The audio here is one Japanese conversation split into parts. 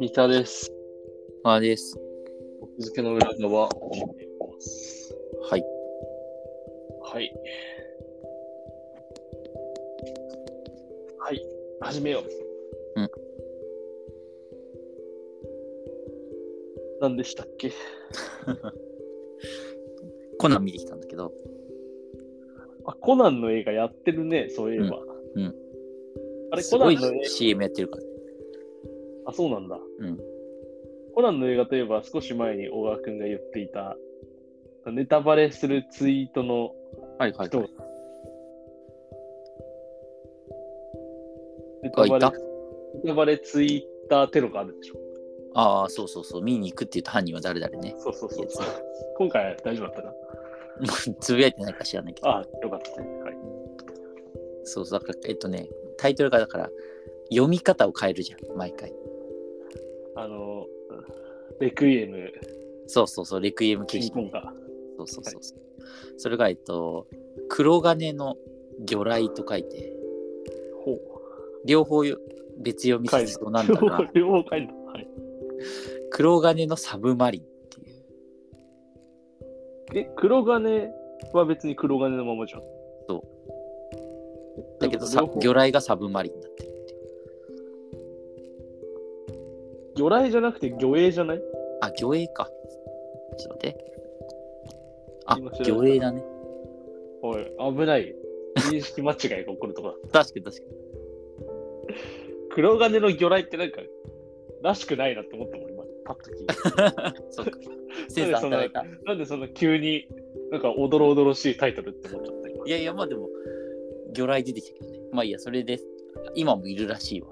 三田です。あです。奥付けの裏側を見ています。はい。はい。はい。始めよう。うん。何でしたっけコナン見てきたんだけど、あ、コナンの映画やってるね、そういえば。うんうんあれ、すコごナンいの映 CM やってるから。画、あ、そうなんだ。うん。コナンの映画といえば、少し前に小川くんが言っていた、ネタバレするツイートのはいは人が。ネあ、いたネタバレツイッターテロがあるでしょ。ああ、そうそうそう。見に行くって言った犯人は誰々ね。 そうそうそうそう。今回大丈夫だったかつぶやいてないか知らないけど。ああ、よかったね。はい。そうそう。だから、えっとね、タイトルがだから、読み方を変えるじゃん、毎回。あの、レクイエム、そうそうそう、レクイエム形金式。婚か。そうそうそうそう。それが、えっと、黒金の魚雷と書いて、ほう。両方よ別読みしそうなんだ が、両方書いた。はい。黒金のサブマリンっていう。え、黒金は別に黒金のままじゃん。。そうだけどさ、魚魚雷がサブマリンになってるっていう。雷じゃなくて魚影じゃないあ、魚影か。ちょっと待って。あ、今調魚べた影だね。おい、危ない。認識間違いが起こるとか。確かに確かに。 黒金の魚雷ってなんか、らしくないなって思ったもん、今、パッと聞いて。そうか。センサー働いた。い なんでそんな急に、なんか、おどろおどろしいタイトルって思っちゃった、今。やいや、まあでも、魚雷出てきたけどね。まあいいや、それです。今もいるらしいわ。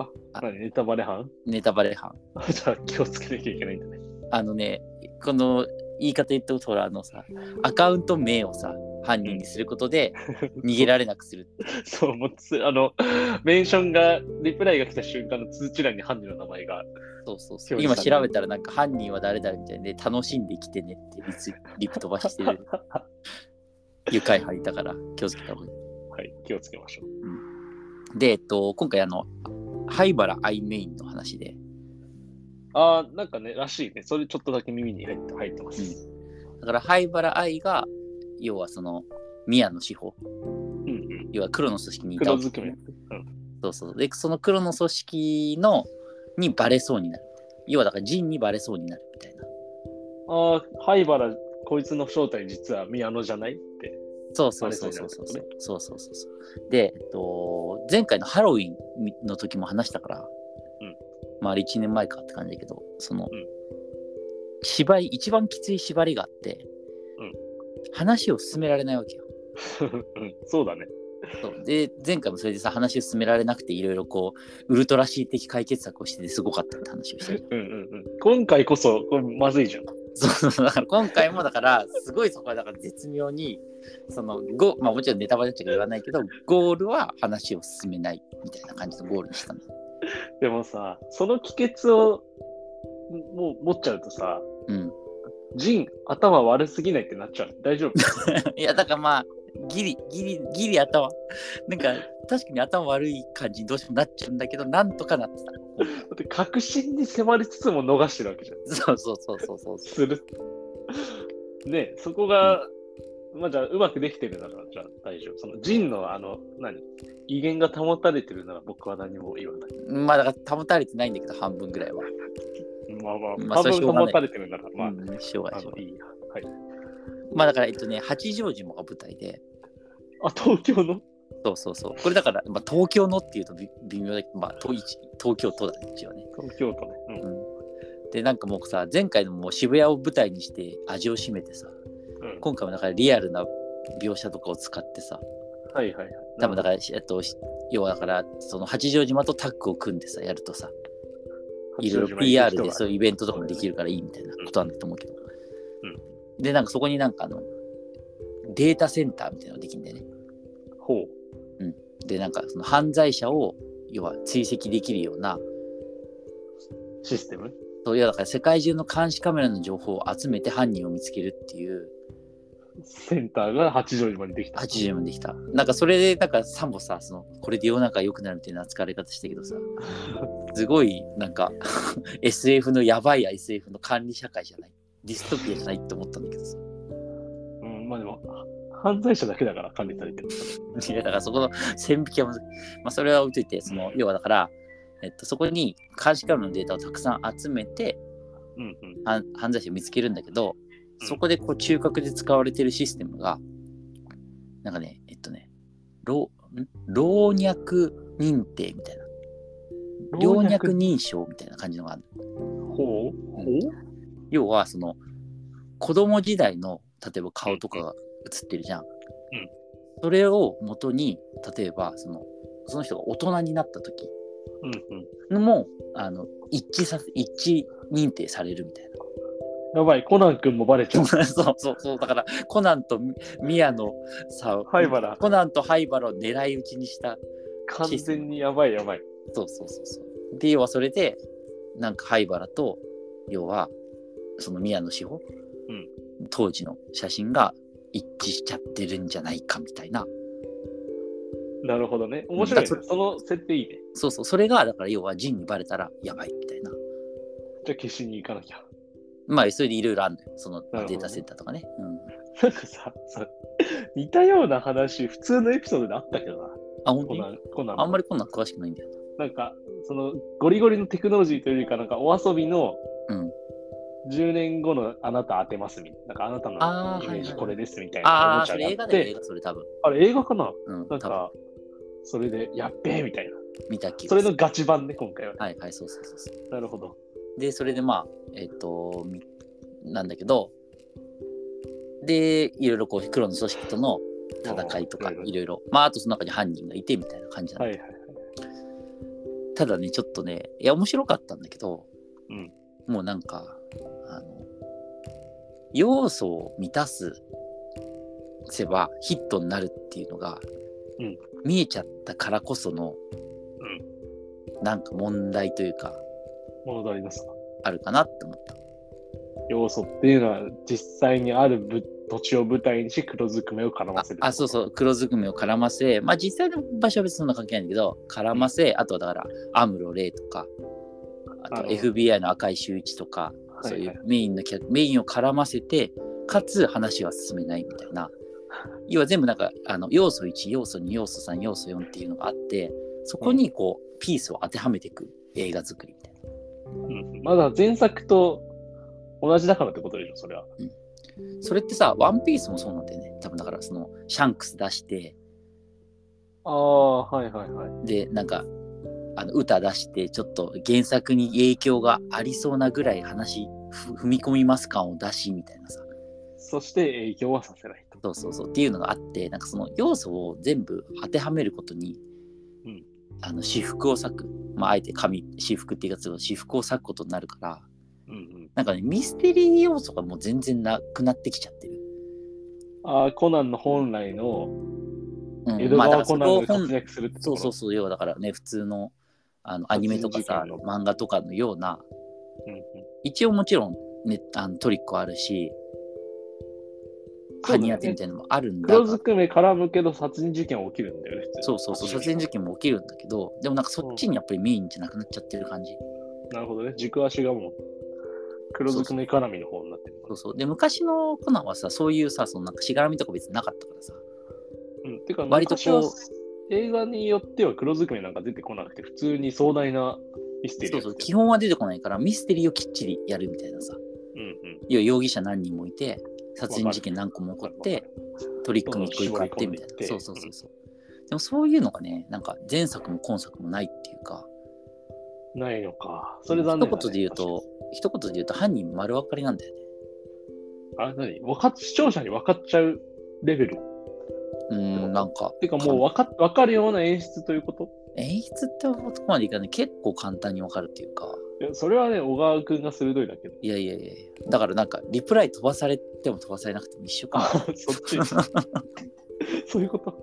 あ何ネタバレ犯ネタバレ犯。じゃあ、気をつけなきゃいけないんだね。 あのね、この言い方言ったことほら、あのさ、アカウント名をさ、犯人にすることで逃げられなくする。そう、もうつ、あの、メンションが、リプライが来た瞬間の通知欄に犯人の名前が、そうそ う表そう。今示される調べたらなんか犯人は誰だみたいで、楽しんできてねってリツリプ飛ばし てる。愉快犯いたから気をつけた方がいい。はい、気をつけましょう。で、えっと、今回あの、灰原アイメインの話で、あー、なんかね、らしいね。それちょっとだけ耳に入って入ってます。だから灰原アイが、要はその、宮野志保、うんうん。要は黒の組織にいた黒わけずだくよめね。。そうそう。で、その黒の組織の、にバレそうになる。要はだからジンにバレそうになるみたいな。あー、灰原、こいつの正体実は宮野じゃないって。 そうそうそうそうそうバレそうになるってそうそうそうそう。で、えっと、前回のハロウィンの時も話したから、うんまあ1年前かって感じだけど、その、うん縛り、一番きつい縛りがあって、うん話を進められないわけよ。うん、そうだね。そうで、前回もそれでさ、話を進められなくて、いろいろこう、ウルトラシー的解決策をしてて、すごかったって話をしてる。うんうんうん。今回こそ、これまずいじゃん。そうそう、だから今回もだから、すごいそこはだから絶妙に、その、ゴまあもちろんネタバレだったから言わないけど、ゴールは話を進めないみたいな感じのゴールにしたの。でもさ、その帰結をもう持っちゃうとさ、うん。 ジン、頭悪すぎないってなっちゃう。大丈夫いや、だからまあ、ギリ、ギリ、ギリ頭、なんか、確かに頭悪い感じにどうしてもなっちゃうんだけど、なんとかなってた。だって確信に迫りつつも逃してるわけじゃん。そうそうそうそうそう。する。 ねそこが、まあじゃあうまくできてるなら、じゃあ大丈夫。そのジンのあの、何威厳が保たれてるなら僕は何も言わない。まあだから保たれてないんだけど、半分ぐらいは。まあままあ、多あそれしょう分がな保いたれてるなら、まあ、うん、しょうがなあいしょのうがないいいや。はい。まあだから、えっとね、八丈島が舞台で、あ、東京のそうそうそう。これだから、まあ、東京のっていうとび微妙だけど、まあ、東一東京都だね、一応ね。東京都ね。うんで、なんかもうさ、前回のもう渋谷を舞台にして味を占めてさ、うん今回もだからリアルな描写とかを使ってさ、はいはいはい。多分だから、しえっと、し要はだから、その八丈島とタッグを組んでさ、やるとさ、いろいろ PR でそういうイベントとかもできるからいいみたいなことなんだと思うけど。で、なんかそこになんかあの、データセンターみたいなのができるんだよね。ほう。で、なんかその犯罪者を、要は追跡できるような、システムそういやだから世界中の監視カメラの情報を集めて犯人を見つけるっていうセンターが八丈島にできた。 80まできた。なんかそれで、なんかサンボさ、その、これで世の中良くなるみたいな扱われ方したけどさ、すごい、なんか、SF のやばい SF の管理社会じゃない。ディストピアじゃないって思ったんだけどさ。うん、まあでも、犯罪者だけだから管理されてる。いやだからそこの線引きは難しい。まあそれは置いといて、その、要はだから、えっと、そこに監視カメラのデータをたくさん集めて、うんうん。犯犯罪者を見つけるんだけど、そこでこう中核で使われてるシステムが、なんかね、えっとね、老ん老若認定みたいな、老若認証みたいな感じのがある。ほうほう要は、その、子供時代の、例えば顔とかが映ってるじゃん。それを元に、例えば、その、その人が大人になった時うんうん。も、あの、一致させ、一致認定されるみたいな。やばい、コナン君もバレちゃう。 そうそうそうだからコナンとミミヤのさ灰原コナンと灰原を狙い撃ちにした完全にやばいやばい。そうそうそうそうで要はそれでなんか灰原と要はそのミヤの志保、うん当時の写真が一致しちゃってるんじゃないかみたいななるほどね。面白いね。だからそその設定いいね。そうそうそれがだから要はジンにバレたらやばいみたいなじゃあ消しに行かなきゃ。まあそれでいろいろあるのよそなのるほどねデータセンターとかねうんなんかさ、さ似たような話、普通のエピソードであったけどな。あ本当コにナン、コナンの。あんまりこんなん詳しくないんだよなんか、その、ゴリゴリのテクノロジーというよりか、なんか、お遊びの、うん10年後のあなた当てますみたいな。なんか、あなたあのーイメーはいジはいこれですみたいななおああもーちそゃれ映があ画っだよ映て、画それ多分あれ映画かなうんなん多分か、それで、やっべえみたいな。見た気そがするれのガチ版ね、今回は。はいはい、そうそうそうそう。なるほど。で、それでまあ、えっ、と、みなんだけど、で、いろいろこう、黒の組織との戦いとかあー、いろいろ、まあ、あとその中に犯人がいてみたいな感じなの、はいはい。ただね、ちょっとね、いや、面白かったんだけど、うんもうなんか、あの、要素を満たすせばヒットになるっていうのが、うん見えちゃったからこその、なんか問題というか、物足りなさ。あるかなって思った。要素っていうのは実際にあるぶ土地を舞台にし黒ずくめを絡まあせるあそうそう黒ずくめを絡ませまあ実際の場所は別にそんな関係ないんだけど絡ませあとはだからアムロ・レイとかあなとるほ FBI の赤い周一とかはいそはういいうメインのキャメインを絡ませてかつ話は進めないみたいな要は全部なんかあの要素1要素2要素3要素4っていうのがあってそこにこうピースを当てはめていく映画作りみたいなうんまだ前作と同じだからってことでしょそれはそれってさ「ワンピースもそうなんだよね多分だからそのシャンクス出してああはいはいはいでなんかあの歌出してちょっと原作に影響がありそうなぐらい話ふ踏み込みます感を出しみたいなさそして影響はさせないとそうそうそうっていうのがあってなんかその要素を全部当てはめることに、うんあの私服を割く、まあ、あえて紙私服っていうか私服を割くことになるからうんうんなんかねミステリー要素がもう全然なくなってきちゃってる。ああコナンの本来のうん江戸まあだ川コからそナこをンが本活躍するってそうそうそそう要はだからね普通のあのアニメとかさ殺人事件漫画とかのようなうんうん一応もちろん、ね、あのトリックはあるし、そうだハねニヤテみたいなのもあるんだ黒がずくめ絡むけど殺人事件は起きるんだよね普通そうそうそう、殺人事件も起きるんだけど、でもなんかそっちにやっぱりメインじゃなくなっちゃってる感じ。なるほどね軸足がもう黒ずくめ絡みの方になってるそうそう。で、昔のコナンはさ、そういうさ、そのなんかしがらみとか別になかったからさ、うん、てか割とこう昔は映画によっては黒ずくめなんか出てこなくて普通に壮大なミステリーやそうってそるう、基本は出てこないから、ミステリーをきっちりやるみたいなさ、うんうん要は容疑者何人もいて、殺人事件何個も起こって、トリックも一個一個あってみたいな。そそううそそうう絞り込んでいっそうてそう。でもそういうのがね、なんか前作も今作もないっていうか、ないのかそれ残念だ、ね、一言で言うと、一言で言うと犯人丸分かりなんだよね。確かにあ何わかっ視聴者に分かっちゃうレベルうーん、なんかてかもう分か分かるような演出ということ演出ってことまでいかない結構簡単に分かるっていうかいやそれはね小川君が鋭いだ けどいやいやいやいやだからなんかリプライ飛ばされても飛ばされなくても一緒かな そっちそういうこと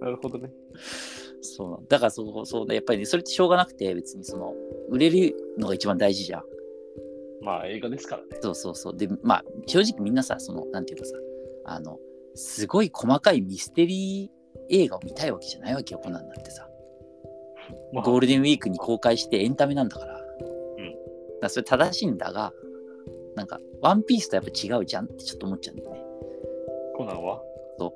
なるほどね そうだからそうそうねやっぱりねそれってしょうがなくて別にその売れるのが一番大事じゃんまあ映画ですからねそうそうそうでまあ正直みんなさそのなんていうかさあのすごい細かいミステリー映画を見たいわけじゃないわけよコナンなんてさまあゴールデンウィークに公開してエンタメなんだから,、んだからそれ正しいんだがなんか「ワンピースとやっぱ違うじゃんってちょっと思っちゃうんだよね コナンは。そう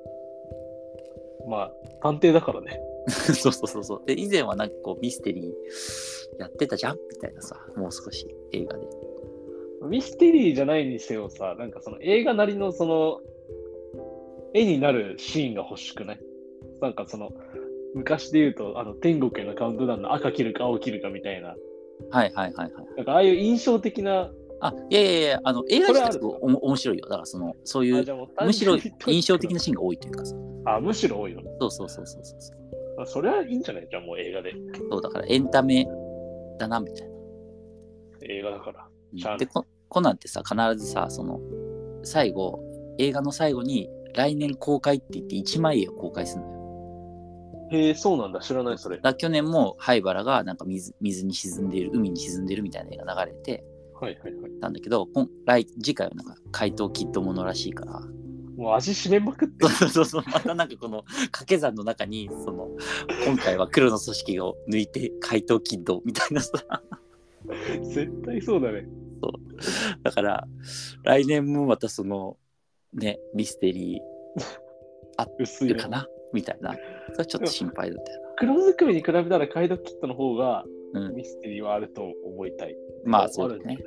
まあ、探偵だからね。そうそうそうそう。で、以前はなんかこうミステリーやってたじゃんみたいなさ、もう少し映画で。ミステリーじゃないにせよさ、なんかその映画なりのその、絵になるシーンが欲しくないなんかその、昔で言うと、あの、天国へのカウントダウンの赤切るか青切るかみたいな、はいはいはいはい。なんかああいう印象的な、あ、いやいやいや、あの映画これある自体おも面白いよ。だからその、そういあう、ゃあもう単純にむしろ印象的なシーンが多いというかさ。あ、むしろ多いの。そうそうそうそうそうそう。あそれはいいんじゃないじゃあもう映画で。そうだからエンタメだな、みたいな。映画だから。しゃあなうんいでこコナンってさ必ずさその最後映画の最後に来年公開って言って1枚絵を公開するのよ。へえ、そうなんだ。知らない、それだ。から去年も灰原がなんか水水に沈んでいる海に沈んでいるみたいな絵が流れてはいはいはい。たんだけど今来次回はなんか怪盗キッドものらしいから もう味しめまくってる。そうそうそうまたなんかこの掛け算の中にその今回は黒の組織を抜いて怪盗キッドみたいなさ絶対そうだね。だから来年もまたそのねミステリー薄いいるなかなみたいな。それはちょっと心配だったよ黒ずくめに比べたらカイドキットの方がうんミステリーはあると思いたい。な。まあそうだね。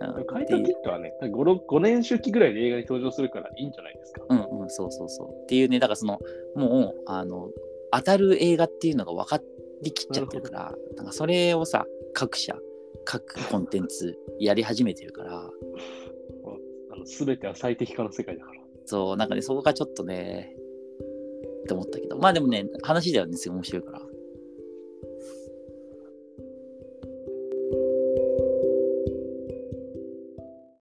あるんじゃなっい。てカイドいキッうトはね、5, 5年周期ぐらいで映画に登場するからいいんじゃないですか。うんうん、そうそうそう。っていうね、だからその、もう、あの、当たる映画っていうのが分かりきっちゃってるから、なんかそれをさ、各社、各コンテンツやり始めてるから、あの全ては最適化の世界だから。そう、なんかね、そこがちょっとね、って思ったけど、まあでもね、話だよね、すごい面白いから。